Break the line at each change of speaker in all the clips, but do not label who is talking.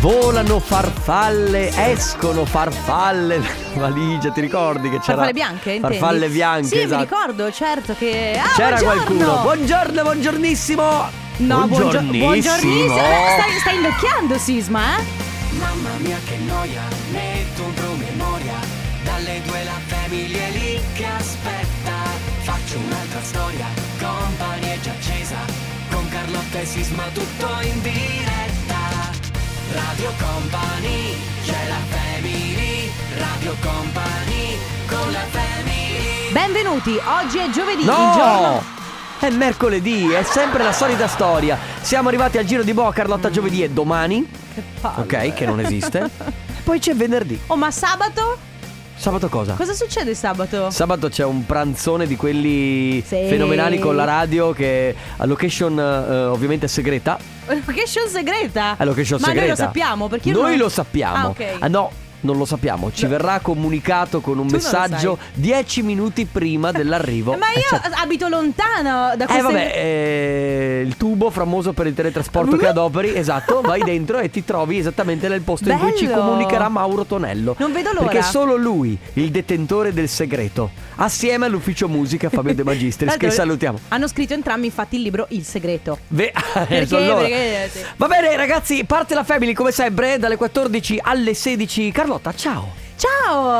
Volano farfalle, escono farfalle dalla valigia, ti ricordi che c'era?
Farfalle bianche? intendi?
Farfalle bianche,
Sì,
esatto.
mi ricordo, certo che. Ah,
C'era
buongiorno!
qualcuno. Buongiorno, buongiornissimo.
No, buongio-
buongiornissimo.
buongiornissimo. Eh, Stai, stai invecchiando, Sisma, eh?
Mamma mia che noia, metto un promemoria Dalle due la famiglia è lì che aspetta Faccio un'altra storia, compagnia è già accesa Con Carlotta e Sisma tutto in diretta Radio Company, c'è la family Radio Company, con la family
Benvenuti, oggi è giovedì, il
No!
giorno.
È mercoledì, è sempre la solita storia. Siamo arrivati al giro di boa Carlotta giovedì e domani,
Che palle.
ok, che non esiste. Poi c'è venerdì.
Oh, ma sabato?
Sabato cosa?
Cosa succede sabato?
Sabato c'è un pranzone di quelli
Sì.
fenomenali con la radio che a location eh, ovviamente segreta.
Location segreta.
È location
ma
segreta.
noi lo sappiamo perché io
Noi
non-
lo sappiamo.
Ah, ok.
Ah, no. Non lo sappiamo, ci
No.
verrà comunicato con un
Tu non lo
messaggio 10 minuti prima dell'arrivo.
Eh, Ma io
eccetera.
abito lontano da queste
certo. Eh vabbè, eh, il tubo famoso per il teletrasporto che adoperi, esatto, vai dentro e ti trovi esattamente nel posto in cui ci
Bello.
comunicherà Mauro Tonello.
Non vedo l'ora.
Perché è solo lui, il detentore del segreto, assieme all'ufficio musica Fabio De Magistris,
Tanto
che salutiamo.
Hanno scritto entrambi infatti il libro Il segreto.
Ve-
Perché-
sono loro.
perché- eh, sì.
Va bene ragazzi, parte la family come sempre dalle 14 alle 16. Carlotta, ciao.
Ciao,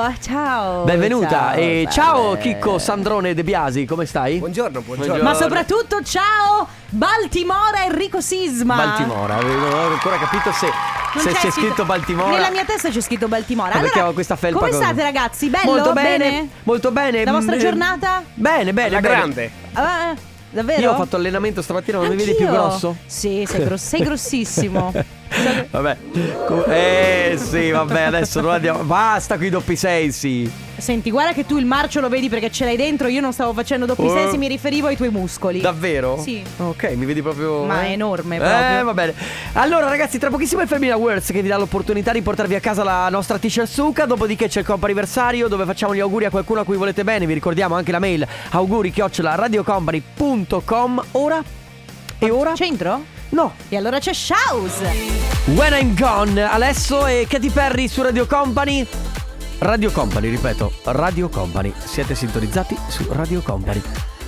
Oh, ciao.
Benvenuta e ciao
salve.
Chicco Sandrone De Biasi, come stai?
Buongiorno, buongiorno.
Buongiorno.
Ma soprattutto ciao Baltimora Enrico Sisma.
Baltimora, non ho ancora capito se,
Non
se c'è
scritto-
scritto Baltimora.
Nella mia testa c'è scritto Baltimora.
Perché
Allora,
ho questa felpa
Come
con-
state ragazzi? Bello?
Molto bene, molto bene.
La vostra
Mm,
giornata?
Bene, bene.
Alla
bene.
grande.
Ah, davvero?
Io ho fatto allenamento stamattina, non mi vedi
Anch'io.
più grosso?
Sì, sei, gros- sei grossissimo.
Vabbè. Com- Eh sì, vabbè, adesso non andiamo. Basta qui doppi sensi.
Senti, guarda che tu il marcio lo vedi perché ce l'hai dentro. Io non stavo facendo doppi
Eh.
sensi, mi riferivo ai tuoi muscoli.
Davvero?
Sì.
Ok, mi vedi proprio.
Ma
eh?
è enorme proprio.
Eh, va bene. Allora, ragazzi, tra pochissimo il Family Awards che vi dà l'opportunità di portarvi a casa la nostra t-shirt Suka. Dopodiché c'è il comp anniversario dove facciamo gli auguri a qualcuno a cui volete bene. Vi ricordiamo anche la mail auguri Ora. E ora?
Centro?
No,
E allora c'è Shaus.
When I'm Gone, Alesso e Katy Perry su Radio Company. Radio Company, ripeto, Radio Company. Siete sintonizzati su Radio Company.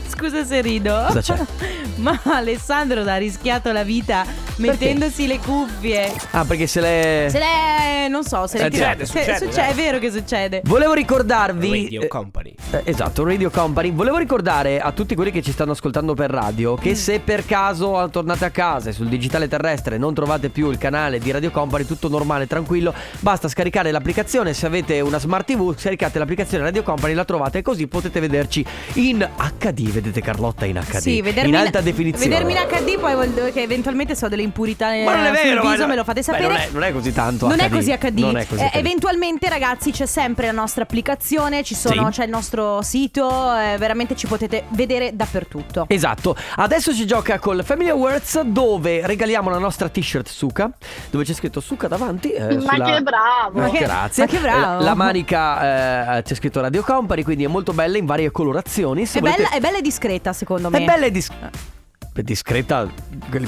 Scusa se rido.
Cosa c'è?
Ma Alessandro ha rischiato la vita mettendosi le cuffie.
Ah, perché se le.
Se l'è, non so, se l'è
Eh,
tirata-
succede,
se-
succede,
È vero che succede.
Volevo ricordarvi.
Radio
eh,
Company.
eh, esatto, Radio Company. Volevo ricordare a tutti quelli che ci stanno ascoltando per radio
Mm.
che se per caso tornate a casa e sul digitale terrestre non trovate più il canale di Radio Company, tutto normale, tranquillo, basta scaricare l'applicazione. Se avete una smart TV, scaricate l'applicazione Radio Company, la trovate così potete vederci in HD. Vedete Carlotta in HD.
Sì, vedermi
in alta
in-
definizione.
Vedermi in HD poi vuol dire che eventualmente so delle impurità nel
Ma non è vero, ma-
viso, me lo fate
Beh,
sapere.
non è- non è così tanto
Non è
HD.
così HD.
Non è così
Eh,
HD.
eventualmente ragazzi c'è sempre la nostra applicazione, ci sono-
Sì.
c'è il nostro sito, eh, veramente ci potete vedere dappertutto.
Esatto, adesso si gioca col Family Awards dove regaliamo la nostra t-shirt Suka, dove c'è scritto Suka davanti. eh,
Ma
sulla-
che bravo!
Ma che-
grazie.
ma che bravo.
Eh, La manica eh, c'è scritto Radio Company, quindi è molto bella in varie colorazioni. Se
È,
volete-
bella, è bella e discreta secondo me.
È bella e dis- Beh, discreta.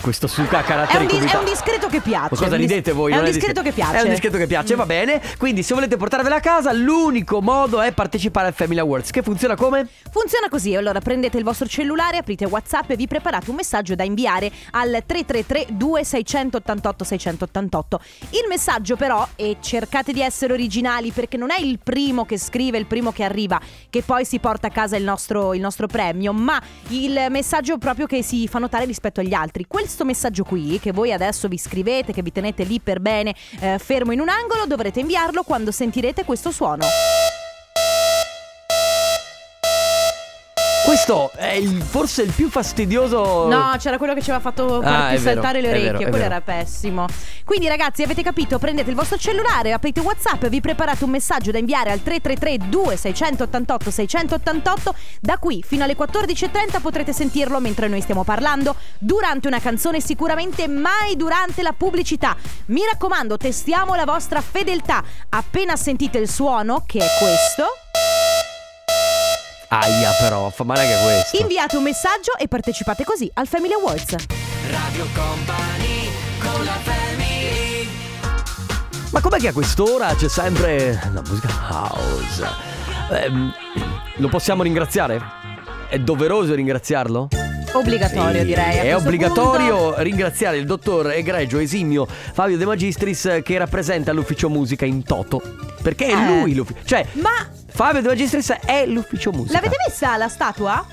Questo Suka ha
È un,
caratteri
dis-
così
è
ta-
un discreto che piace.
ma cosa
un dis-
ridete voi?
È un
Non
discreto
discre-
che piace. Mm.
È un discreto che piace, va bene. Quindi, se volete portarvela a casa, l'unico modo è partecipare al Family Awards, che funziona come?
Funziona così, allora prendete il vostro cellulare, aprite WhatsApp e vi preparate un messaggio da inviare al 333 2688 688. Il messaggio però, e cercate di essere originali perché non è il primo che scrive, il primo che arriva, che poi si porta a casa il nostro, il nostro premio, ma il messaggio proprio che si fa notare rispetto agli altri. Questo messaggio qui, che voi adesso vi scrivete, che vi tenete lì per bene, eh, fermo in un angolo, dovrete inviarlo quando sentirete questo suono.
Questo è il- forse il più fastidioso.
No, c'era quello che ci aveva fatto farti
Oh. Ah, è vero,
saltare
è
le
vero,
orecchie,
è
quello
vero.
era pessimo. Quindi ragazzi, avete capito? Prendete il vostro cellulare, aprite WhatsApp, vi preparate un messaggio da inviare al 333 2688 688. Da qui fino alle 14:30 potrete sentirlo mentre noi stiamo parlando, durante una canzone sicuramente mai durante la pubblicità. Mi raccomando, testiamo la vostra fedeltà. Appena sentite il suono, che è questo,
Aia, però, fa male anche questo.
inviate un messaggio e partecipate così al Family Awards.
Radio Company, con la family
Ma com'è che a quest'ora c'è sempre la musica house? Ehm, lo possiamo ringraziare? È doveroso ringraziarlo?
Obbligatorio
Sì,
direi. a
È
questo
obbligatorio
punto.
ringraziare il dottor egregio esimio Fabio De Magistris eh, che rappresenta l'ufficio musica in toto. Perché è
Eh.
lui l'ufficio. Cioè,
Ma
Fabio De Magistris è l'ufficio musica.
l'avete vista la statua?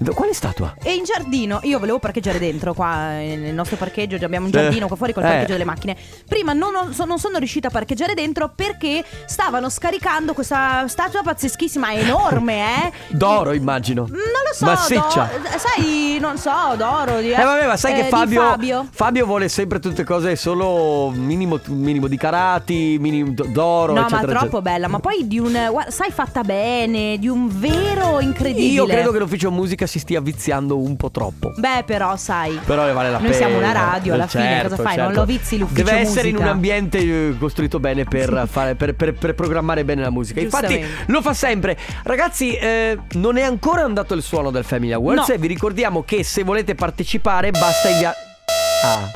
Do- Quale statua?
E in giardino, io volevo parcheggiare dentro qua eh, nel nostro parcheggio, già abbiamo un
Eh,
giardino qua fuori col
eh.
parcheggio delle macchine. Prima non, ho- so- non sono riuscita a parcheggiare dentro perché stavano scaricando questa statua pazzeschissima, enorme, eh.
D'oro, immagino.
Mm, Non lo so,
Massiccia.
d'o- sai, non so, d'oro di
Eh vabbè, ma sai
eh,
che
di
Fabio,
Fabio.
Fabio vuole sempre tutte cose solo minimo, minimo di carati, minimo d- d'oro,
No,
eccetera.
ma troppo
eccetera.
bella, ma poi di un guarda, sai fatta bene, di un vero incredibile.
Io credo che l'ufficio musica si stia viziando un po' troppo.
Beh, però, sai.
Però ne vale la
Noi
pena.
siamo una radio, alla fine,
Certo,
cosa fai? Non
certo.
lo vizi l'ufficio
Deve essere in un
musica.
ambiente eh, costruito bene per, fare- per- per- per programmare bene la musica. Infatti
Giustamente.
lo fa sempre. Ragazzi, eh, non è ancora andato il suono del Family Awards
No.
e vi ricordiamo che se volete partecipare basta inviare... Ah.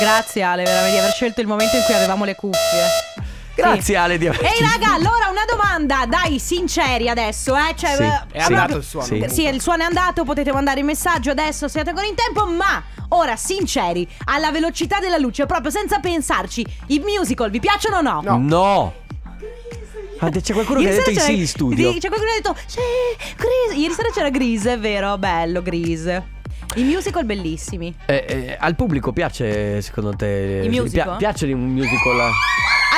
Grazie Ale veramente, di aver scelto il momento in cui avevamo le cuffie.
Grazie
Sì.
Ale di aver-
Ehi raga, allora una domanda, dai, sinceri adesso, eh? Cioè,
Sì,
eh,
È sì. andato
proprio-
il suono, comunque.
Sì, il suono è andato, potete mandare il messaggio adesso, siete ancora in tempo, ma ora sinceri, alla velocità della luce, proprio senza pensarci, i musical vi piacciono o no?
No. Ah, c'è qualcuno che ha
Ieri
detto
sera
i sì
c'era-
in studio.
Sì, C'è qualcuno che ha detto, sì, Grease. Ieri sera c'era Grease, è vero, bello Grease. I musical bellissimi.
Eh, eh, al pubblico piace, secondo te?
Il
Pia-
musical?
piace un musical? eh.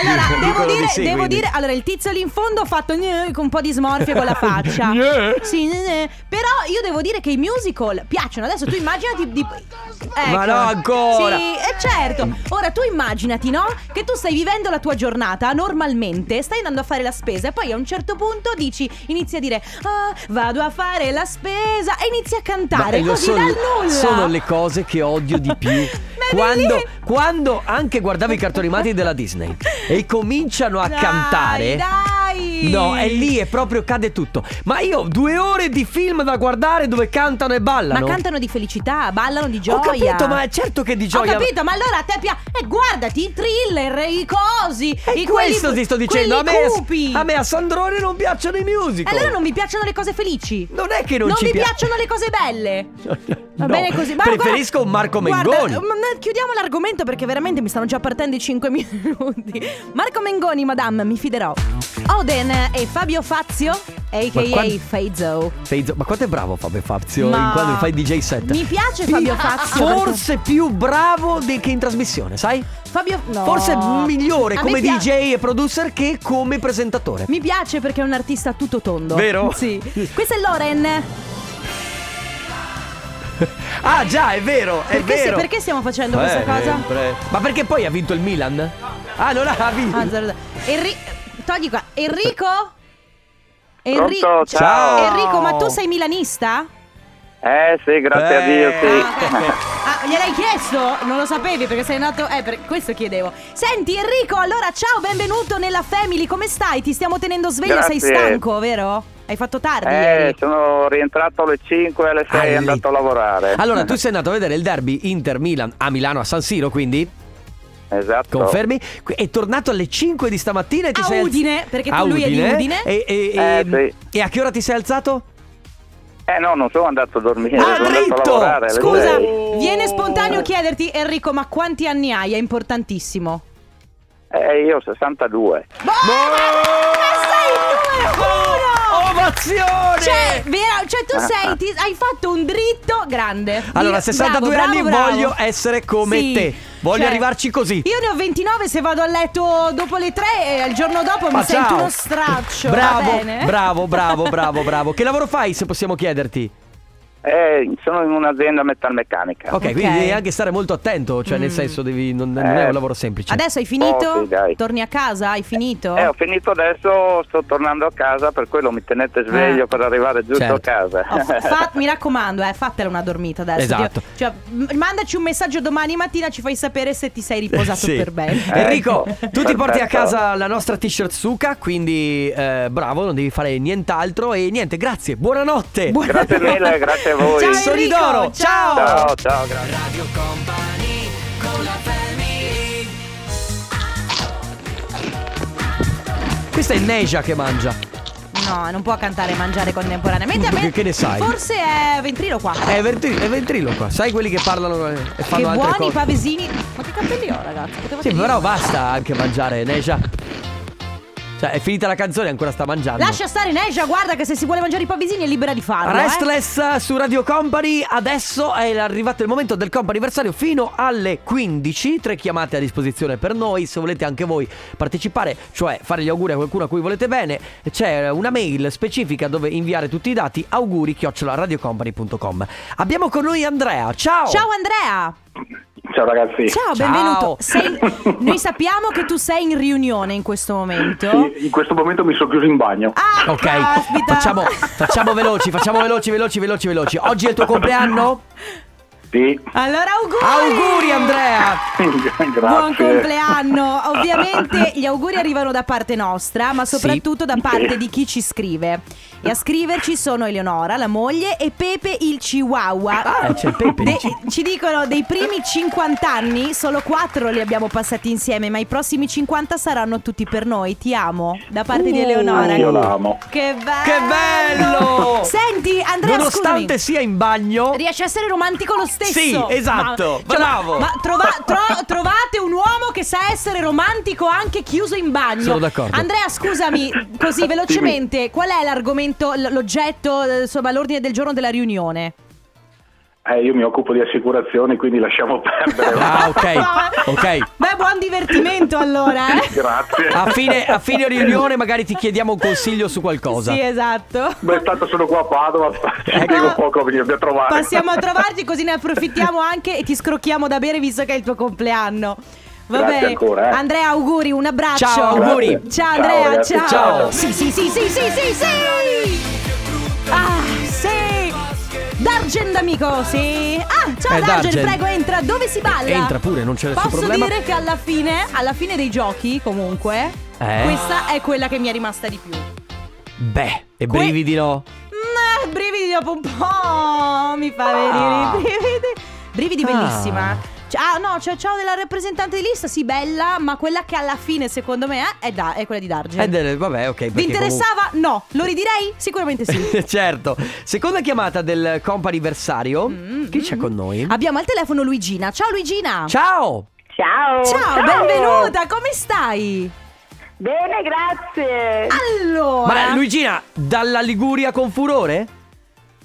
Allora,
Dicono
devo,
di
dire,
sì,
devo
quindi.
dire, allora il tizio lì in fondo ha fatto gne, con un po' di smorfia con la faccia.
Gne.
sì, gne, gne. però io devo dire che i musical piacciono. Adesso tu immaginati di ecco.
Ma no, ancora.
Sì, eh, certo. Ora tu immaginati, no? Che tu stai vivendo la tua giornata normalmente, stai andando a fare la spesa e poi a un certo punto dici inizi a dire "Ah, vado a fare la spesa" e inizi a
Ma
cantare
lo
così
so,
dal nulla.
Sono le cose che odio di più.
Ma è
quando,
bellissimo.
quando anche guardavo i cartoni animati della Disney e cominciano a
Dai,
cantare.
dai.
No, è lì, è proprio cade tutto. Ma io ho due ore di film da guardare dove cantano e ballano.
Ma cantano di felicità, ballano di gioia.
Ho capito, ma certo che di gioia.
Ho capito, ma allora a te piace. E guardati i thriller, i cosi.
E
i
questo
quelli-
ti sto dicendo. A
quelli
me,
cupi.
a me a Sandrone non piacciono i
E
musical.
allora non mi piacciono le cose felici.
Non è che non, ci
mi
pia-
piacciono le cose belle.
No,
Va bene così. Ma
preferisco
guarda-
Marco
guarda, um,
Mengoni.
ma- chiudiamo l'argomento perché veramente mi stanno già partendo i 5 minuti. Marco Mengoni, madame, mi fiderò. Oden e Fabio Fazio, a.k.a.
Ma quan-
Feizo.
Sei zo- ma quanto è bravo Fabio Fazio
Ma-
in quando fai DJ set?
Mi piace Fabio
Io-
Fazio,
Forse più bravo di- che in trasmissione, sai?
Fabio no.
Forse migliore
A me
come
pia-
DJ e producer che come presentatore.
Mi piace perché è un artista tutto tondo.
Vero?
Sì. Questa è Loren.
Ah, già, è vero, è
Perché,
vero.
perché stiamo facendo
Eh,
questa cosa?
sempre. Ma perché poi ha vinto il Milan? Ah, non ha vinto.
Ah, zero, zero. Enri- togli qua. Enrico? Enri-
Pronto, ciao.
Enrico, ma tu sei milanista?
Eh sì, grazie a Dio,
Eh.
sì.
Ah, gliel'hai chiesto? Non lo sapevi perché sei nato. Eh, per questo chiedevo. Senti, Enrico, allora ciao, benvenuto nella family. Come stai? Ti stiamo tenendo sveglio. Sei
Grazie.
stanco, vero? Hai fatto tardi
Eh,
ieri.
sono rientrato alle 5 alle 6
Alle-
e andato a lavorare.
Ah, Allora, tu sei andato a vedere il derby Inter-Milan a Milano, a San Siro, quindi?
Esatto.
Confermi? Qui- È tornato alle 5 di stamattina e ti
A
sei alz-
Udine, perché
A
tu- lui è di Udine.
E, e-
Eh,
e-
sì.
e a che ora ti sei alzato?
Eh no, non sono andato a dormire,
Ah,
sono
dritto!
andato a lavorare. alle
Scusa,
sei.
viene spontaneo chiederti, Enrico, ma quanti anni hai? È importantissimo.
Eh, io ho 62.
Boh, ma sei il numero uno!
Oh, Ovazione!
Cioè, vera- cioè, tu sei, ti- hai fatto un dritto grande.
Ah, Allora,
Io-
62
bravo,
anni,
bravo, bravo.
voglio essere come
Sì,
te. Voglio
cioè,
arrivarci così.
Io ne ho 29, se vado a letto dopo le 3 e il giorno dopo
Ma
mi sento
ciao.
uno straccio. va
Bravo,
bene?
bravo, bravo, bravo, bravo. Che lavoro fai, se possiamo chiederti?
Eh, sono in un'azienda metalmeccanica.
Ok,
Ok. Mm.
quindi devi anche stare molto attento, cioè nel senso devi, non, non
Eh.
è un lavoro semplice.
Adesso hai finito?
Oh, sì, dai.
Torni a casa? Hai finito?
Eh, ho finito adesso, sto tornando a casa, per quello mi tenete sveglio
Ah.
per arrivare giusto
Certo.
a casa.
Oh, fa- fa- mi raccomando, eh, fatela una dormita adesso.
Esatto.
Ti- Cioè, m- mandaci un messaggio domani mattina, ci fai sapere se ti sei riposato
Sì. Eh.
per bene.
Enrico,
Ecco.
tu ti porti a
Perfetto.
casa la nostra t-shirt Suka, quindi eh, bravo, non devi fare nient'altro e niente, grazie, buonanotte.
Buona-
Grazie mille, grazie a voi.
Ciao,
Soli
Enrico,
d'oro, ciao.
ciao, ciao, grazie.
Questa è Neja che mangia.
No, non può cantare e mangiare contemporaneamente. A me
Che- che ne sai?
Forse è ventriloqua.
È, ventri- è ventriloqua. Sai quelli che parlano eh, e
Che
fanno altre
buoni
cose.
i pavesini. Ma che capelli ho, ragazzi? Potevate
Sì,
dirlo.
però basta anche mangiare, Neja. Cioè, è finita la canzone e ancora sta mangiando.
Lascia stare Neja, guarda che se si vuole mangiare i pavesini è libera di farlo. eh.
Restless su Radio Company, adesso è arrivato il momento del comp'anniversario fino alle 15, tre chiamate a disposizione per noi, se volete anche voi partecipare, cioè fare gli auguri a qualcuno a cui volete bene, c'è una mail specifica dove inviare tutti i dati, auguri radiocompany.com. Abbiamo con noi Andrea, ciao!
Ciao Andrea.
Ciao ragazzi.
Ciao, benvenuto. Sei- Noi sappiamo che tu sei in riunione in questo momento.
in questo momento mi sono chiuso in bagno.
Ah,
Ok,
caspita.
facciamo, facciamo veloci, facciamo veloci, veloci, veloci, veloci. Oggi è il tuo compleanno?
Ah.
Sì,
Allora, auguri.
Auguri Andrea!
grazie.
Buon compleanno! Ovviamente gli auguri arrivano da parte nostra, ma soprattutto da parte di chi ci scrive. E a scriverci sono Eleonora, la moglie, e Pepe il Chihuahua.
Ah, c'è Pepe il
De-
Chi-
ci dicono dei primi 50 anni, solo 4 li abbiamo passati insieme, ma i prossimi 50 saranno tutti per noi. Ti amo. Da parte di
Uh,
Eleonora.
Io l'amo.
Che bello!
Che bello!
Senti, Andrea,
Nonostante
scusami.
sia in bagno,
Riesce a essere romantico lo stesso.
Sì, esatto,
Ma- cioè,
bravo.
Ma, ma trova- tro- trovate un uomo che sa essere romantico anche chiuso in bagno.
Sono d'accordo.
Andrea, scusami, così velocemente, qual è l'argomento, l- l'oggetto, eh, insomma, l'ordine del giorno della riunione?
Eh, io mi occupo di assicurazioni, quindi lasciamo perdere.
Ah, ok, ok.
Beh, buon divertimento allora, eh.
Grazie.
A fine, a fine riunione magari ti chiediamo un consiglio su qualcosa.
Sì, esatto.
Beh, tanto sono qua a Padova, ci
Eh.
Ecco.
spiego poco, mi a trovare.
Passiamo a trovarti così ne approfittiamo anche e ti scrocchiamo da bere visto che è il tuo compleanno. Va
Grazie
bene.
ancora, eh.
Andrea, auguri, un abbraccio.
Ciao, auguri.
Grazie.
Ciao
Ciao,
Andrea,
ragazzi,
ciao.
ciao.
Sì, sì, sì, sì, sì, sì, sì. Ah, sì. Dargen d'amico, sì. Ah, ciao
Eh,
Dargen,
Dargen.
prego, entra. Dove si balla?
Entra pure, non c'è nessun
Posso
problema.
dire che alla fine, alla fine dei giochi, comunque,
Eh?
questa è quella che mi è rimasta di più.
Beh, e brividi no?
Mm, eh, brividi dopo un po'. Mi fa
Ah.
venire i brividi. Brividi
Ah.
bellissima. C- Ah no, c'è ciao della rappresentante di lista, sì bella, ma quella che alla fine secondo me è, è da- è quella di Dargen.
Eh, del- vabbè, ok.
Vi
perché
interessava? No, lo ridirei? Sicuramente sì.
comunque- certo. Seconda chiamata del comp'anniversario. Chi c'è con noi?
Abbiamo al telefono Luigina. Ciao Luigina.
Ciao!
Ciao.
Ciao, benvenuta, come stai?
Bene, grazie.
Allora,
Ma Luigina, dalla Liguria con furore?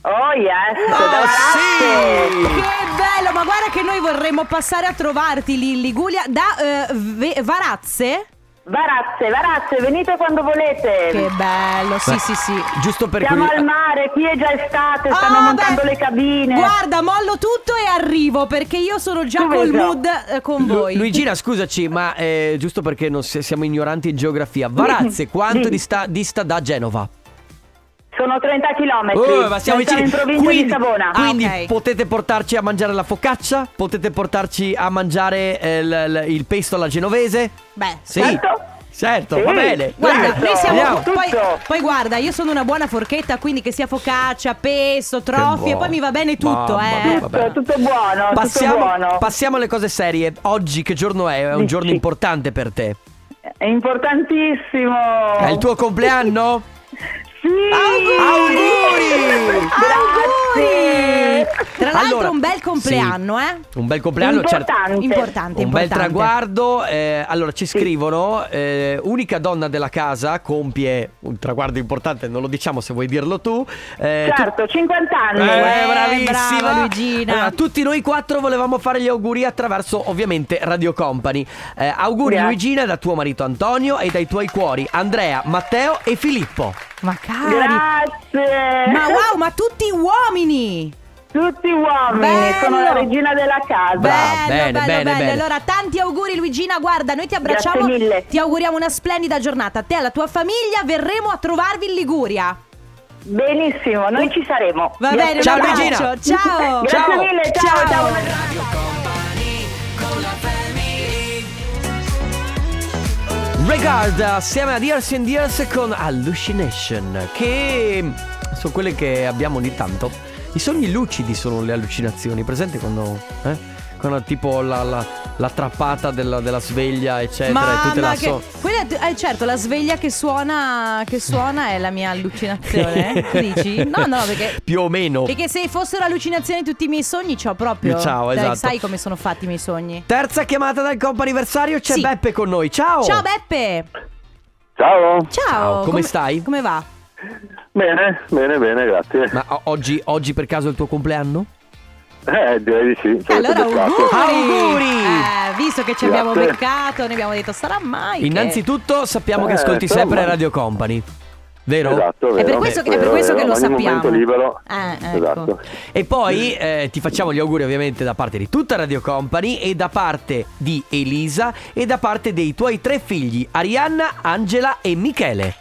Oh yes.
Ah,
Che
sì!
bello, ma guarda che noi vorremmo passare a trovarti lì in Liguria da eh, Ve- Varazze.
Varazze, varazze, venite quando volete.
Che bello, sì,
Beh,
sì, sì.
Giusto per
Siamo
curi-
al mare, qui è già estate, stanno
Ah,
montando
beh,
le cabine.
Guarda, mollo tutto e arrivo perché io sono già
Tu
col
vedo.
mood eh, con
Lu-
voi.
Luigina, scusaci, ma eh, giusto perché non si- siamo ignoranti in geografia, Varazze quanto
Dimmi.
dista, dista da Genova?
Sono 30 km.
Oh, ma siamo vicini.
in provincia
quindi,
di Savona.
Ah,
quindi
ok.
potete portarci a mangiare la focaccia? Potete portarci a mangiare eh, l- l- il pesto alla genovese?
Beh, eh,
Sì.
Certo.
Certo,
Sì.
va bene.
Guarda,
Certo.
noi siamo
Andiamo.
Tutto.
poi, poi guarda, io sono una buona forchetta, quindi che sia focaccia, peso,
Che
trofi e
buono.
poi mi va bene tutto,
Mamma
eh.
mia,
Tutto,
vabbè.
tutto buono, tutto
Passiamo,
buono.
passiamo alle cose serie. Oggi che giorno è? È un
Dici.
giorno importante per te.
è importantissimo.
È il tuo compleanno?
Sì.
Auguri! Eh,
Grazie.
Tra l'altro
Allora,
un bel compleanno, eh.
Un bel compleanno, certo.
Importante.
Importante,
Un bel
importante.
traguardo, eh, allora ci scrivono, eh, unica donna della casa compie un traguardo importante, non lo diciamo se vuoi dirlo tu. eh, tu-
Certo, 50
Eh,
anni.
bravissima
brava Luigina.
Allora, tutti noi quattro volevamo fare gli auguri attraverso ovviamente Radio Company. Eh, auguri
Grazie.
Luigina da tuo marito Antonio e dai tuoi cuori Andrea, Matteo e Filippo.
Ma cari.
Grazie.
Ma wow, ma tutti uomini!
Tutti uomini,
Bello.
sono la regina della casa.
Brava, bene,
bello, bello,
bene,
bello.
bene.
Allora, tanti auguri Luigina, guarda, noi ti abbracciamo,
Grazie mille.
ti auguriamo una splendida giornata. A te e alla tua famiglia verremo a trovarvi in Liguria.
Benissimo, noi ci saremo.
Va
Vi
bene, un
Ciao,
abbraccio.
Luigina.
Ciao.
Grazie
Ciao.
mille, ciao, ciao.
Ciao.
Regard assieme a Dears and Dears con Hallucination che sono quelle che abbiamo ogni tanto. I sogni lucidi sono le allucinazioni, presente quando, eh? Quando giocano tipo la, la- la trappata della, della sveglia, eccetera. e tutte la
Mamma che...
so-
Quella è- eh, certo, la sveglia che suona, che suona è la mia allucinazione. eh? Tu dici? No, no, perché...
Più o meno.
Perché se fossero allucinazioni tutti i miei sogni, c'ho proprio...
Ciao,
Dai,
esatto.
Sai come sono fatti i miei sogni.
Terza chiamata del compo anniversario, c'è
Sì.
Beppe con noi. Ciao!
Ciao Beppe!
Ciao.
Ciao!
Ciao, come stai?
Come va?
Bene, bene, bene, grazie.
Ma o- oggi, oggi per caso è il tuo compleanno?
Eh, direi di sì. sono
allora
beccato.
auguri!
Auguri!
Eh, visto che ci abbiamo
Grazie.
beccato, ne abbiamo detto sarà mai che-"
Innanzitutto sappiamo che
Eh,
ascolti
insomma.
sempre Radio Company, vero?
Esatto,
È
vero.
per questo che, è per
vero,
questo che
vero.
lo
Ogni
sappiamo.
momento libero.
Eh, ecco.
Esatto.
E poi eh, ti facciamo gli auguri ovviamente da parte di tutta Radio Company e da parte di Elisa e da parte dei tuoi tre figli, Arianna, Angela e Michele.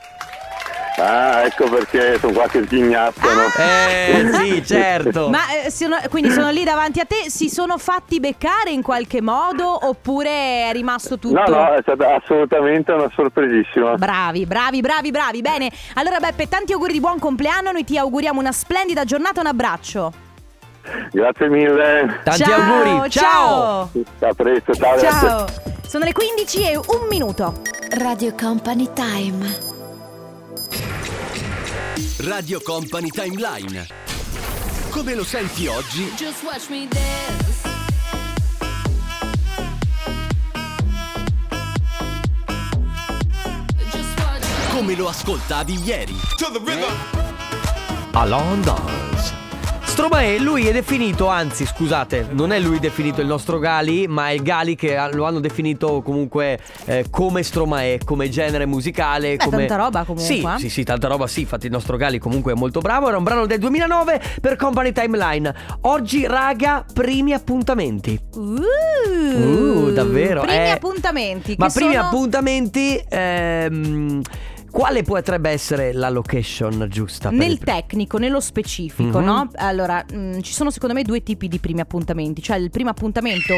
Ah, ecco perché sono qua che sghignazzano.
Ah,
Eh sì, certo.
Ma eh, sono- quindi sono lì davanti a te, si sono fatti beccare in qualche modo oppure è rimasto tutto?
No, no, è stata assolutamente una sorpresissima.
Bravi, bravi, bravi,
Eh.
bravi. Bene, allora Beppe, tanti auguri di buon compleanno, noi ti auguriamo una splendida giornata, un abbraccio.
Grazie mille.
Tanti
Ciao,
auguri.
Ciao.
A presto, ciao. ragazzi.
Ciao. Sono le 15 e un minuto.
Radio Company Time.
Radio Company Timeline. Come lo senti oggi? Come lo ascoltavi ieri?
A Londons. Stromae, lui è definito, anzi scusate, non è lui definito il nostro Gali, ma è il Gali che ha- lo hanno definito comunque eh, come Stromae, come genere musicale.
Beh,
come...
tanta roba comunque,
Sì,
eh.
sì, sì, tanta roba sì, infatti il nostro Gali comunque è molto bravo, era un brano del 2009 per Company Timeline. Oggi raga, primi appuntamenti.
Uh,
Uh, davvero?
Mm, Primi
eh.
appuntamenti.
Ma
che
primi
sono-
appuntamenti... ehm, Quale potrebbe essere la location giusta? per il
Nel
pr-
tecnico, nello specifico,
Mhm.
no? Allora, mh, ci sono secondo me due tipi di primi appuntamenti. Cioè, il primo appuntamento.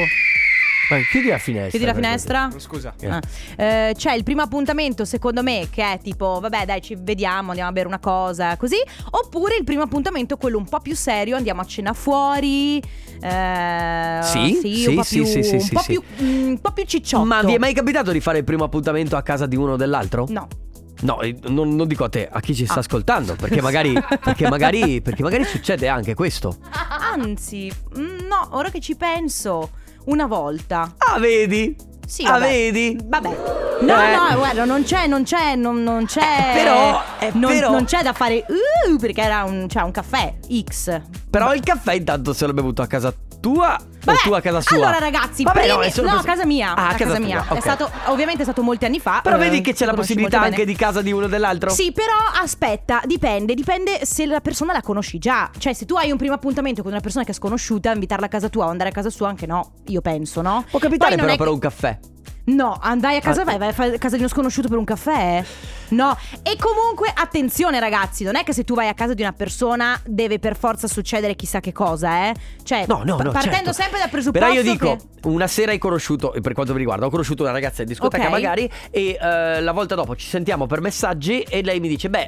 Ma chiudi la finestra.
Chiudi la
per cortesia.
finestra?
Scusa.
Ah. Eh, c'è il primo appuntamento, secondo me, che è tipo, vabbè, dai, ci vediamo, andiamo a bere una cosa, così. Oppure il primo appuntamento, quello un po' più serio, andiamo a cena fuori. eh,
Sì, sì,
un po'
sì,
più,
sì, sì,
un
sì,
po'
sì.
più, mm, un po' più cicciotto.
Ma vi è mai capitato di fare il primo appuntamento a casa di uno o dell'altro?
No.
No, eh, non, non dico a te, a chi ci sta
Ah.
ascoltando, perché magari, perché, magari, perché magari succede anche questo.
Anzi, mm, no, ora che ci penso, una volta.
Ah, vedi?
Sì,
ah,
vabbè.
vedi?
Vabbè. No,
Eh.
no, guarda, non c'è, non c'è, non, non c'è.
Eh, però- eh,
non,
però-
non c'è da fare. Uh, perché era un, cioè, un caffè X.
Però il caffè intanto se l'ha bevuto a casa tua
Vabbè,
o tu a casa sua?
Allora, ragazzi,
Vabbè,
primi-
no, è solo
no, a
così.
casa mia.
Ah,
a casa,
tua,
mia. È
ok.
stato, ovviamente è stato molti anni fa.
Però
eh,
vedi che
tu
c'è la
conosci
possibilità
molto
anche
bene.
di casa di uno o dell'altro?
Sì, però aspetta, dipende, dipende se la persona la conosci già. Cioè, se tu hai un primo appuntamento con una persona che è sconosciuta, invitarla a casa tua o andare a casa sua, anche no, io penso, no?
Può capitare
Poi non
però,
è che-
però un caffè.
No, andai a casa,
Ah.
vai, vai a fa- casa di uno sconosciuto per un caffè? No. E comunque, attenzione ragazzi, non è che se tu vai a casa di una persona deve per forza succedere chissà che cosa, eh? Cioè,
No, no,
pa-
no.
partendo
certo.
sempre dal presupposto
Però io dico,
che...
una sera hai conosciuto, e per quanto mi riguarda, ho conosciuto una ragazza in discoteca
Ok.
magari e eh, la volta dopo ci sentiamo per messaggi e lei mi dice, beh,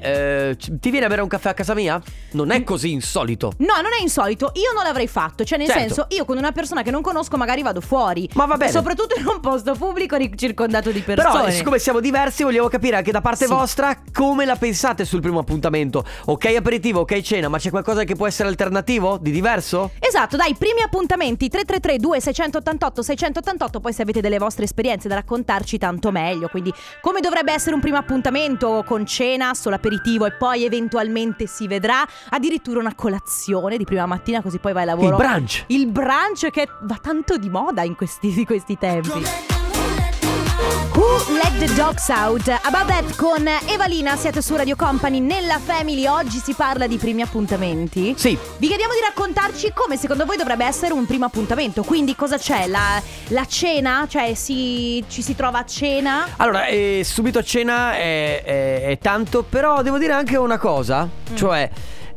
eh, c- ti viene a bere un caffè a casa mia? Non è così insolito.
No, non è insolito, io non l'avrei fatto, cioè nel
Certo.
senso io con una persona che non conosco magari vado fuori,
Ma va bene.
soprattutto in un posto pubblico ric- circondato di persone.
Però, eh, siccome siamo diversi, vogliamo capire anche da parte
Sì.
vostra come la pensate sul primo appuntamento. Ok aperitivo, ok cena, ma c'è qualcosa che può essere alternativo? Di diverso?
Esatto, dai, primi appuntamenti 333 2688 688, poi se avete delle vostre esperienze da raccontarci tanto meglio, quindi come dovrebbe essere un primo appuntamento con cena, solo aperitivo e poi eventualmente si vedrà, addirittura una colazione di prima mattina così poi vai al lavoro.
Il brunch.
Il brunch che va tanto di moda in questi, di questi tempi. Who Let the Dogs Out? About that con Evalina, siete su Radio Company nella Family. Oggi si parla di primi appuntamenti.
Sì.
Vi chiediamo di raccontarci come secondo voi dovrebbe essere un primo appuntamento. Quindi cosa c'è? La, la cena? Cioè si- ci si trova a cena?
Allora, eh, subito a cena è, è- è tanto, però devo dire anche una cosa, cioè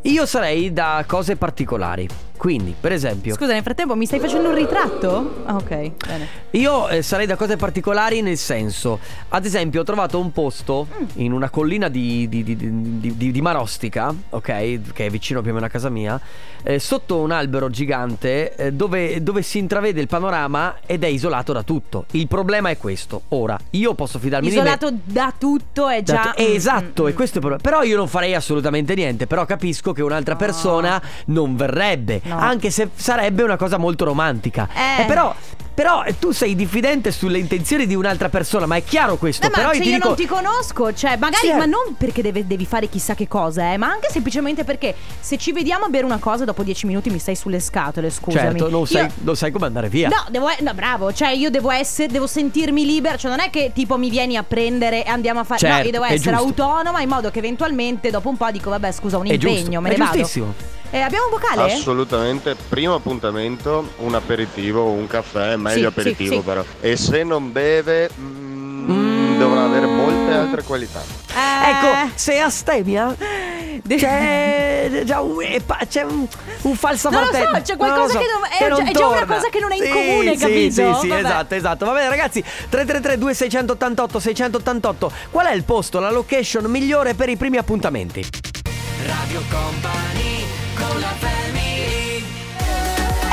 io sarei da cose particolari. Quindi, per esempio,
Scusa, nel frattempo mi stai facendo un ritratto? Ah, ok, bene.
io eh, sarei da cose particolari nel senso, ad esempio, ho trovato un posto in una collina di, di- di- di- di- di Marostica, ok, che è vicino più o meno a casa mia, eh, sotto un albero gigante eh, dove, dove si intravede il panorama ed è isolato da tutto. Il problema è questo. Ora, io posso fidarmi di me.
Isolato da tutto è
Dato-
già...
eh, esatto,
Mm,
e
mm,
questo è il problema. Però io non farei assolutamente niente. Però capisco che un'altra
No.
persona non verrebbe.
No.
Anche se sarebbe una cosa molto romantica.
Eh.
Eh, però. Però eh, tu sei diffidente sulle intenzioni di un'altra persona, ma è chiaro questo.
Eh, ma
però
se
io ti
io
dico.
non ti conosco, cioè,
Sì,
magari,
eh.
ma non perché deve- devi fare chissà che cosa, eh, ma anche semplicemente perché se ci vediamo a bere una cosa, dopo dieci minuti mi stai sulle scatole, scusami.
certo, non sai,
Io-
non sai come andare via.
No, devo, e- no, bravo, cioè io devo essere, devo sentirmi libera, cioè non è che tipo mi vieni a prendere e andiamo a fare, no,
Certo,
io devo
è
essere
giusto.
autonoma in modo che eventualmente dopo un po' dico vabbè scusa un
È giusto,
impegno, me
è
ne vado.
giustissimo.
Eh, abbiamo un vocale?
Assolutamente, primo appuntamento, un aperitivo, un caffè,
Sì,
meglio aperitivo
sì, sì.
però. E se non beve mm, dovrà avere molte altre qualità.
Eh,
Ecco, se è astemia, c'è già un, è pa- c'è un, un falso
Non lo so,
forte-
c'è
non lo
qualcosa
so,
che non- è
non
già- è già una
torna.
cosa che non è in
Sì,
comune,
sì,
capito?
Sì, sì,
Vabbè.
esatto, esatto. Va bene, ragazzi, 333 2688 688. Qual è il posto, la location migliore per i primi appuntamenti?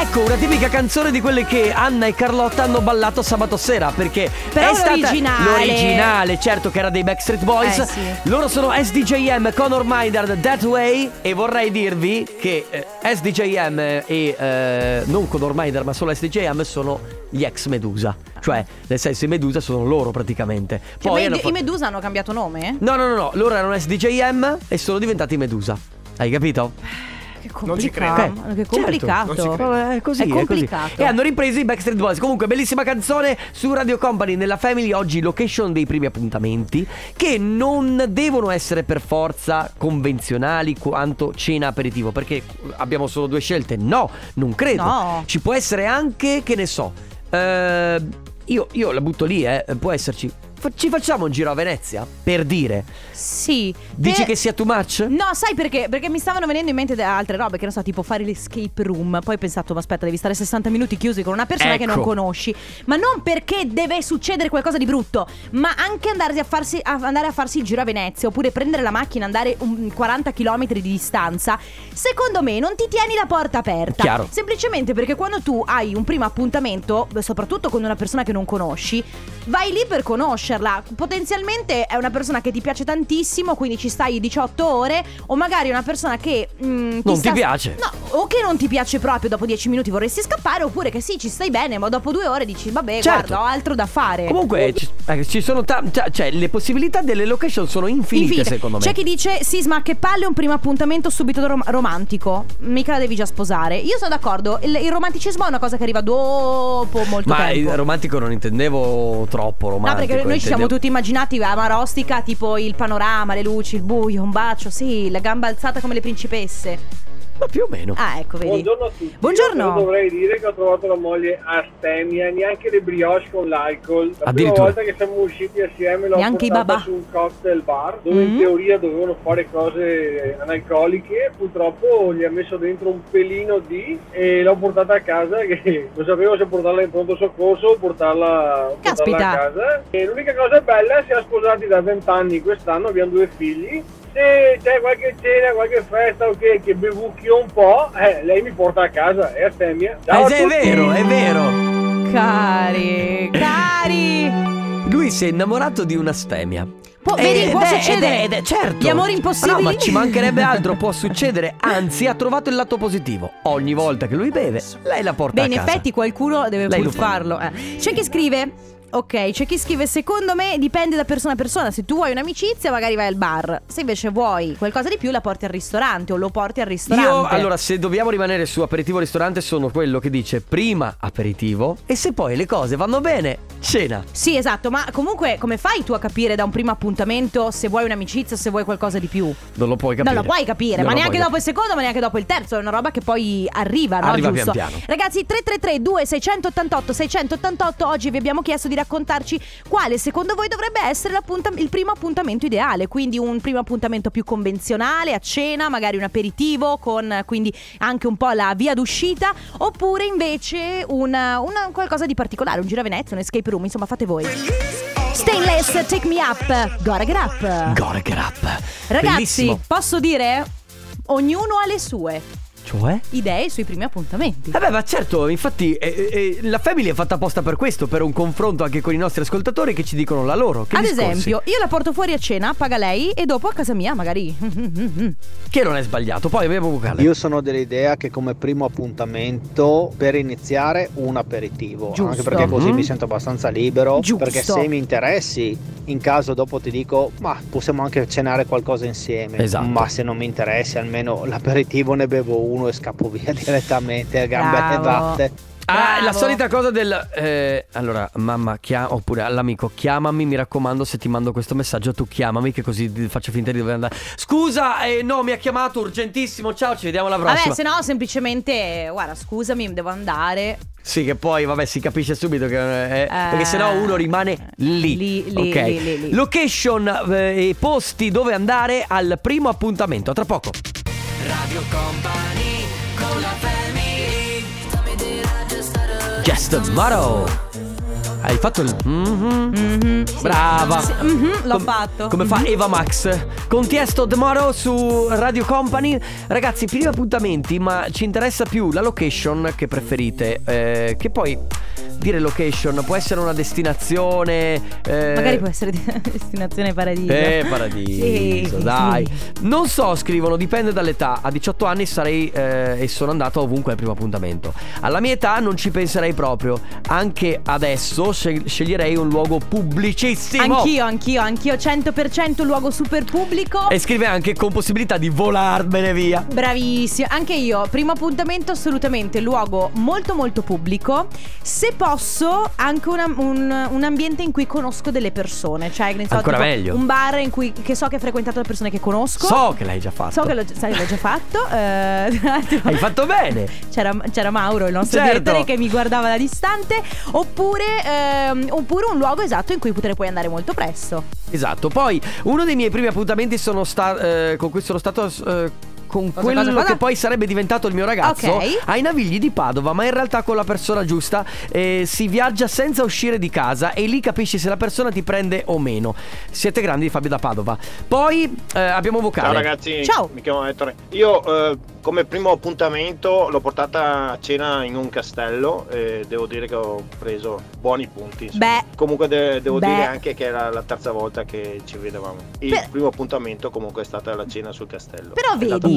Ecco una tipica canzone di quelle che Anna e Carlotta hanno ballato sabato sera perché
Però
è stata
l'originale.
l'originale, certo che era dei Backstreet Boys.
Eh, sì.
Loro sono SDJM, Conor Maynard, That Way e vorrei dirvi che eh, SDJM e eh, non Conor Maynard ma solo SDJM sono gli ex Medusa. Cioè, nel senso i Medusa sono loro praticamente.
Cioè, ma i,
hanno
i
fatto-
Medusa hanno cambiato nome?
No, no, no, no, loro erano SDJM e sono diventati Medusa. Hai capito?
Che
ci
complicato.
credo.
Che
Certo,
complicato.
non ci credo.
Vabbè, Eh, è così,
È
è
complicato.
così. E hanno ripreso i Backstreet Boys. Comunque, bellissima canzone su Radio Company nella Family. Oggi location dei primi appuntamenti che non devono essere per forza convenzionali quanto cena aperitivo. Perché abbiamo solo due scelte? No, non credo.
No.
Ci può essere anche, che ne so, eh, io, io la butto lì, eh, può esserci. Fa- Ci facciamo un giro a Venezia per dire.
Sì.
Dici
per-
che sia too much?
No, sai perché? Perché mi stavano venendo in mente de- altre robe, che non so, tipo fare l'escape room. Poi ho pensato, ma aspetta, devi stare 60 minuti chiusi con una persona che
Ecco.
non conosci. Ma non perché deve succedere qualcosa di brutto, ma anche andarsi a farsi- a- andare a farsi il giro a Venezia, oppure prendere la macchina e andare un- 40 km di distanza. Secondo me non ti tieni la porta aperta.
Chiaro.
Semplicemente perché quando tu hai un primo appuntamento, soprattutto con una persona che non conosci, vai lì per conoscerla. Potenzialmente è una persona che ti piace tantissimo, quindi ci stai 18 ore, o magari è una persona che mm,
Non ti
sta-
piace.
No, o che non ti piace proprio, dopo 10 minuti vorresti scappare, oppure che sì, ci stai bene, ma dopo due ore dici "Vabbè,
Certo.
guarda, ho altro da fare".
Comunque ci, eh, ci sono ta- cioè, cioè, le possibilità delle location sono infinite,
Infine,
secondo me.
C'è chi dice Sisma che palle un primo appuntamento subito rom- romantico Mica la devi già sposare Io sono d'accordo Il, il romanticismo è una cosa che arriva dopo molto
Ma
tempo
il romantico non intendevo troppo
No,
romantico.
perché noi ci siamo
intendevo-
tutti immaginati a Marostica, tipo il panorama, le luci, il buio, un bacio, sì, la gamba alzata come le principesse.
Ma più o meno.
Ah, ecco, vedi.
Buongiorno a tutti.
Buongiorno.
Io dovrei dire che ho trovato la moglie astemia, neanche le brioche con l'alcol. La prima
Addirittura.
volta che siamo usciti assieme l'ho
Neanche i
portata
babà.
su un cocktail bar dove in
Mm.
teoria dovevano fare cose analcoliche e purtroppo gli ha messo dentro un pelino di e l'ho portata a casa che non sapevo se portarla in pronto soccorso o portarla, portarla
Caspita.
a casa. E l'unica cosa bella è che siamo sposati da 20 anni quest'anno, abbiamo due figli se c'è qualche cena, qualche festa o che, che bevucchio un po', eh, lei mi porta a casa, è astemia. Ciao
Eh,
a
sì, è
tutti!
vero, è vero.
Cari, cari.
Lui si è innamorato di una stemia.
Può,
Eh,
Oh, vedi, può
beh,
succedere.
ed è- ed è- certo.
Gli amori impossibili.
No, ma ci mancherebbe altro, può succedere. Anzi, ha trovato il lato positivo. Ogni volta che lui beve, lei la porta
Beh, in
a casa.
effetti qualcuno deve
Lei
pur
lo fa.
farlo. eh. C'è chi scrive. Ok, c'è chi scrive, secondo me dipende da persona a persona, se tu vuoi un'amicizia magari vai al bar, se invece vuoi qualcosa di più la porti al ristorante o lo porti al ristorante.
Io, allora, se dobbiamo rimanere su aperitivo ristorante, sono quello che dice prima aperitivo e se poi le cose vanno bene, cena.
Sì, esatto, ma comunque come fai tu a capire da un primo appuntamento se vuoi un'amicizia o se vuoi qualcosa di più?
Non lo puoi capire.
Non lo puoi capire,
Non
ma
lo
neanche
puoi
dopo il secondo, ma neanche dopo il terzo, è una roba che poi arriva, no?
Arriva
Giusto.
pian piano.
Ragazzi, 333 2688 688 oggi vi abbiamo chiesto di raccontarci quale secondo voi dovrebbe essere l'appunta- il primo appuntamento ideale, quindi un primo appuntamento più convenzionale, a cena, magari un aperitivo con eh, quindi anche un po' la via d'uscita, oppure invece una- una- qualcosa di particolare, un giro a Venezia, un escape room, insomma fate voi. Stainless, take me up, Gora Grap.
Gore grap.
Ragazzi,
Bellissimo.
posso dire? Ognuno ha le sue
Cioè?
idee sui primi appuntamenti.
Eh,
Vabbè, ma certo, infatti eh, eh, la Family è fatta apposta per questo, per un confronto anche con i nostri ascoltatori che ci dicono la loro. Che
Ad
discorsi.
esempio, io la porto fuori a cena, paga lei e dopo a casa mia magari.
Che non è sbagliato, poi abbiamo vocale.
Io sono dell'idea che come primo appuntamento per iniziare un aperitivo,
Giusto.
anche perché così
Mhm.
mi sento abbastanza libero,
Giusto.
perché se mi interessi in caso dopo ti dico ma possiamo anche cenare qualcosa insieme,
Esatto.
ma se non mi interessi almeno l'aperitivo ne bevo uno e scappo via direttamente a gambe
Bravo.
e batte.
Ah,
Bravo.
la solita cosa del... eh, allora, mamma, chia- oppure all'amico, chiamami, mi raccomando, se ti mando questo messaggio tu chiamami che così ti faccio finta di dover andare. Scusa, eh, no, mi ha chiamato, urgentissimo, ciao, ci vediamo alla prossima.
Vabbè, se no semplicemente, eh, guarda, scusami, devo andare.
Sì, che poi, vabbè, si capisce subito che... eh, perché sennò uno rimane lì.
Lì, lì,
ok?
lì, lì, lì.
Location eh, e posti dove andare al primo appuntamento. A tra poco. Just Tomorrow. Hai fatto il... Mhm.
Mm-hmm.
Mhm, sì.
Brava.
Sì, mhm, l'ho
Com-
fatto.
Come fa Eva Max? Contiesto Tomorrow su Radio Company. Ragazzi, primi appuntamenti, ma ci interessa più la location che preferite. eh, che poi dire location può essere una destinazione. eh,
Mm-hmm. Magari può essere di- destinazione paradiso.
eh, paradiso,
Sì,
dai.
sì.
Non so, scrivono, dipende dall'età. A 18 anni sarei eh, e sono andato ovunque al primo appuntamento. Alla mia età non ci penserei proprio. Anche adesso sceg- sceglierei un luogo pubblicissimo.
Anch'io, anch'io, anch'io 100% luogo super pubblico.
E scrive anche con possibilità di volarmene via.
Bravissimo, anche io. Primo appuntamento assolutamente, luogo molto molto pubblico. Se posso, anche una- un, un ambiente in cui conosco delle persone. Cioè, ne so,
Ancora
tipo,
meglio.
un bar in cui che so che è frequentato da persone che conosco.
So che l'hai già fatto.
So che l'ho, sai, l'ho già fatto. eh, tra l'altro-
Hai fatto bene.
C'era, c'era Mauro, il nostro
Certo.
direttore, che mi guardava da distante. Oppure, ehm, oppure un luogo esatto in cui potrei poi andare molto presto.
Esatto. Poi uno dei miei primi appuntamenti sono sta- eh, con cui sono stato eh, con
Cosa,
quello
cosa, cosa?
che poi sarebbe diventato il mio ragazzo
Ok.
ai Navigli di Padova, ma in realtà con la persona giusta eh, si viaggia senza uscire di casa e lì capisci se la persona ti prende o meno. Siete grandi di Fabio da Padova. Poi eh, abbiamo vocale.
Ciao ragazzi,
Ciao.
mi chiamo Ettore. Io eh, come primo appuntamento l'ho portata a cena in un castello e devo dire che ho preso buoni punti. insomma.
Beh.
Comunque de- devo
Beh.
dire anche che era la terza volta che ci vedevamo. Il
Per-
primo appuntamento comunque è stata la cena sul castello.
Però
È andata
vedi-
bene.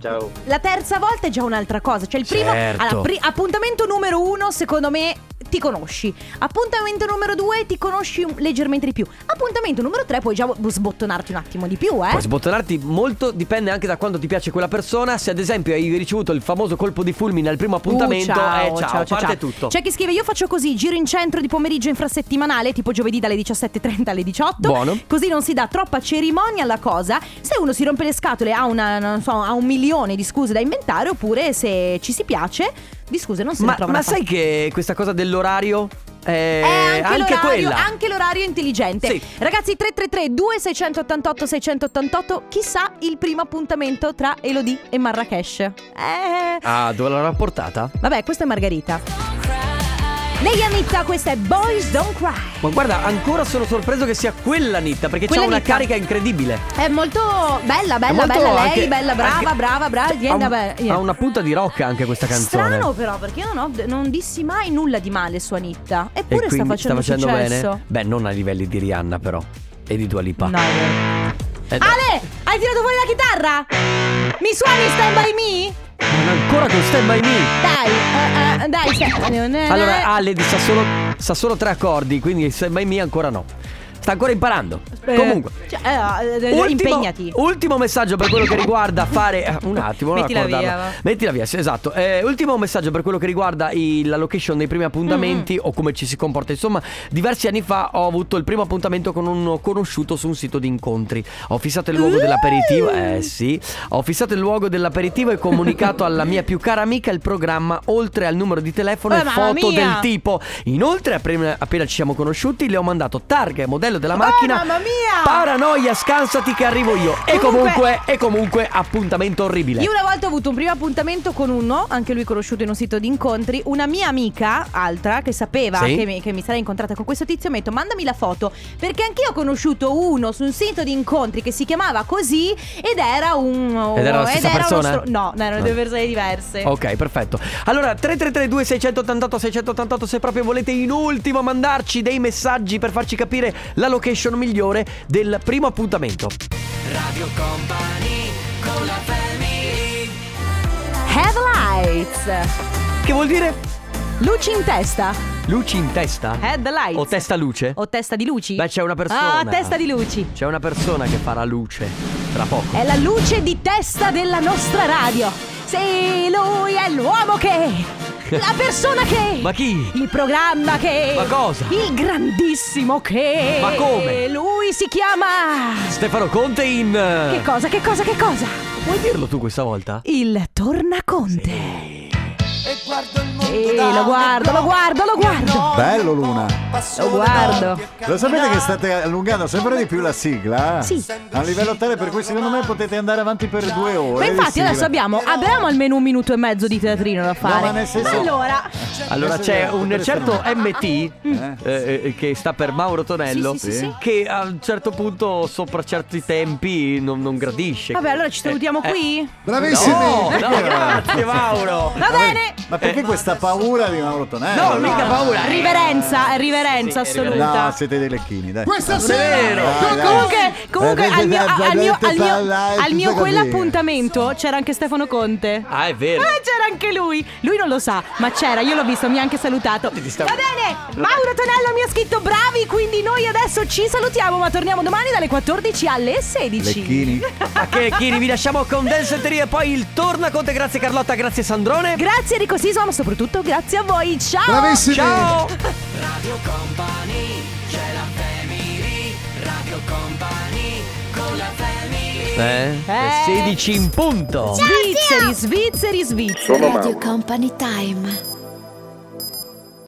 Ciao.
La terza volta è già un'altra cosa. Cioè, il primo
Certo.
allora, pri- appuntamento numero uno, secondo me, ti conosci. Appuntamento numero due, ti conosci un- leggermente di più. Appuntamento numero tre, puoi già bo- sbottonarti un attimo di più, eh.
Puoi sbottonarti molto, dipende anche da quanto ti piace quella persona. Se ad esempio hai ricevuto il famoso colpo di fulmine al primo appuntamento,
Uh, ciao,
eh, ciao,
ciao, ciao,
parte
ciao.
tutto.
C'è chi scrive: Io faccio così, giro in centro di pomeriggio infrasettimanale, tipo giovedì dalle 17.30 alle 18.
Buono.
Così non si dà troppa cerimonia alla cosa. Se uno si rompe le scatole, ha, una, non so, ha un milione di scuse da inventare, oppure se ci si piace, di scuse non se ne
ma
trovano
ma
a fare.
sai che questa cosa dell'orario? È
Eh, anche, l'orario,
quella.
anche l'orario è intelligente.
Sì.
Ragazzi, 333-2688-688, chissà il primo appuntamento tra Elodie e Marrakesh. Eh,
Ah, dove l'hanno portata?
vabbè, questa è Margherita. Lei Amitta, questa è Boys Don't Cry.
Ma guarda, ancora sono sorpreso che sia quella Nitta, perché c'ha
Quella
una
Nitta.
carica incredibile.
È molto bella,
È
bella,
molto
bella lei,
anche-
bella, brava,
anche-
brava, brava.
cioè,
viene
ha,
da
un-
be-
ha una punta di rock anche questa canzone.
Strano però, perché io non, ho- non dissi mai nulla di male su Anitta.
E
Eppure sta
quindi
facendo,
sta facendo
successo.
bene. Beh, non ai livelli di Rihanna, però. E di Dua Lipa.
No.
Eh, dai.
Ale, hai tirato fuori la chitarra? Mi suoni Stand By Me?
Ancora con Stand By Me.
Dai, eh, eh, dai, se-
Allora, Ale sa solo, sa solo tre accordi, quindi se by me ancora no. Sta ancora imparando.
Eh.
Comunque.
Cioè, eh, eh,
Ultimo-
impegnati.
Ultimo messaggio per quello che riguarda fare. eh, Un attimo, non
Mettila
accordarlo.
via, va.
Mettila via, sì, esatto. Eh, ultimo messaggio per quello che riguarda i- la location dei primi appuntamenti
Mm.
o come ci si comporta. Insomma, diversi anni fa ho avuto il primo appuntamento con un conosciuto su un sito di incontri. Ho fissato il luogo dell'aperitivo.
Mm.
Eh sì. Ho fissato il luogo dell'aperitivo e comunicato alla mia più cara amica il programma, oltre al numero di telefono
Eh,
e
mamma
foto
mia.
del tipo. Inoltre, appena, appena ci siamo conosciuti, le ho mandato targa e modello della macchina.
mamma mia.
Paranoia, scansati che arrivo io. E
Comunque-
comunque, e comunque appuntamento orribile.
Io una volta ho avuto un primo appuntamento con uno, anche lui conosciuto in un sito di incontri, una mia amica, altra, che sapeva
Sì.
che, mi, che mi sarei incontrata con questo tizio, mi ha detto mandami la foto, perché anch'io ho conosciuto uno su un sito di incontri che si chiamava così ed era un...
Ed era la stessa
uno
persona?
stro- no, no, erano
No.
due persone diverse.
Ok, perfetto. Allora, 3332 688 688 se proprio volete in ultimo mandarci dei messaggi per farci capire la location migliore del primo appuntamento.
Radio Company con la family
Headlights.
Che vuol dire
Luci in testa.
luci in testa?
Headlights.
O testa luce?
O testa di luci.
Beh, c'è una persona.
Ah, testa di luci.
C'è una persona che farà luce tra poco.
È la luce di testa della nostra radio. Sì, lui è l'uomo che. La persona che.
Ma chi?
Il programma che.
Ma cosa?
Il grandissimo che.
Ma come?
Lui si chiama.
Stefano Conte in eh,
Che cosa, che cosa, che cosa?
Vuoi dirlo tu questa volta?
Il tornaconte. Sì, lo guardo, lo guardo, lo guardo.
Bello Luna.
Lo guardo.
Lo sapete che state allungando sempre di più la sigla?
Sì.
A un livello tale per cui secondo me potete andare avanti per due ore.
Ma
di
infatti
sigla.
adesso abbiamo, abbiamo almeno un minuto e mezzo di teatrino da fare.
ma nel senso-
Allora,
Allora
Questo
c'è
è
un certo MT
Mm.
eh, eh, che sta per Mauro Tonello
Sì, sì, sì, sì.
che a un certo punto sopra certi tempi non, non gradisce.
vabbè, allora ci salutiamo
Eh, eh.
qui.
Bravissimi!
No, no, grazie Mauro.
Eh, Va bene.
Ma perché questa paura di Mauro Tonello?
No, mica paura. eh.
Riverenza, è riverenza
Sì, sì, è
assoluta.
No, siete dei lecchini, dai.
Questa
Vero.
Dai, dai.
Comunque, comunque
Veramente
al mio,
dai,
al mio,
veramente
al mio-
fa- dai,
al mio
tutto così.
quell'appuntamento c'era anche Stefano Conte.
Ah, è
Eh,
vero.
c'era anche lui. Lui non lo sa, ma c'era, io l'ho visto, mi ha anche salutato. Va bene, Mauro Tonello mi ha scritto bravi, quindi noi adesso ci salutiamo, ma torniamo domani dalle 14 alle 16.
Lecchini.
Ma che Chini, vi lasciamo con Densetteria e poi il Tornaconte. Grazie Carlotta, grazie Sandrone.
Grazie Enrico Sisma, ma soprattutto grazie a voi. Ciao!
Bravissimi.
Ciao.
Radio Company c'è la family Radio Company con la family
Eh? Le 16 in punto.
Svizzeri, Svizzeri, Svizzeri.
Radio Company Time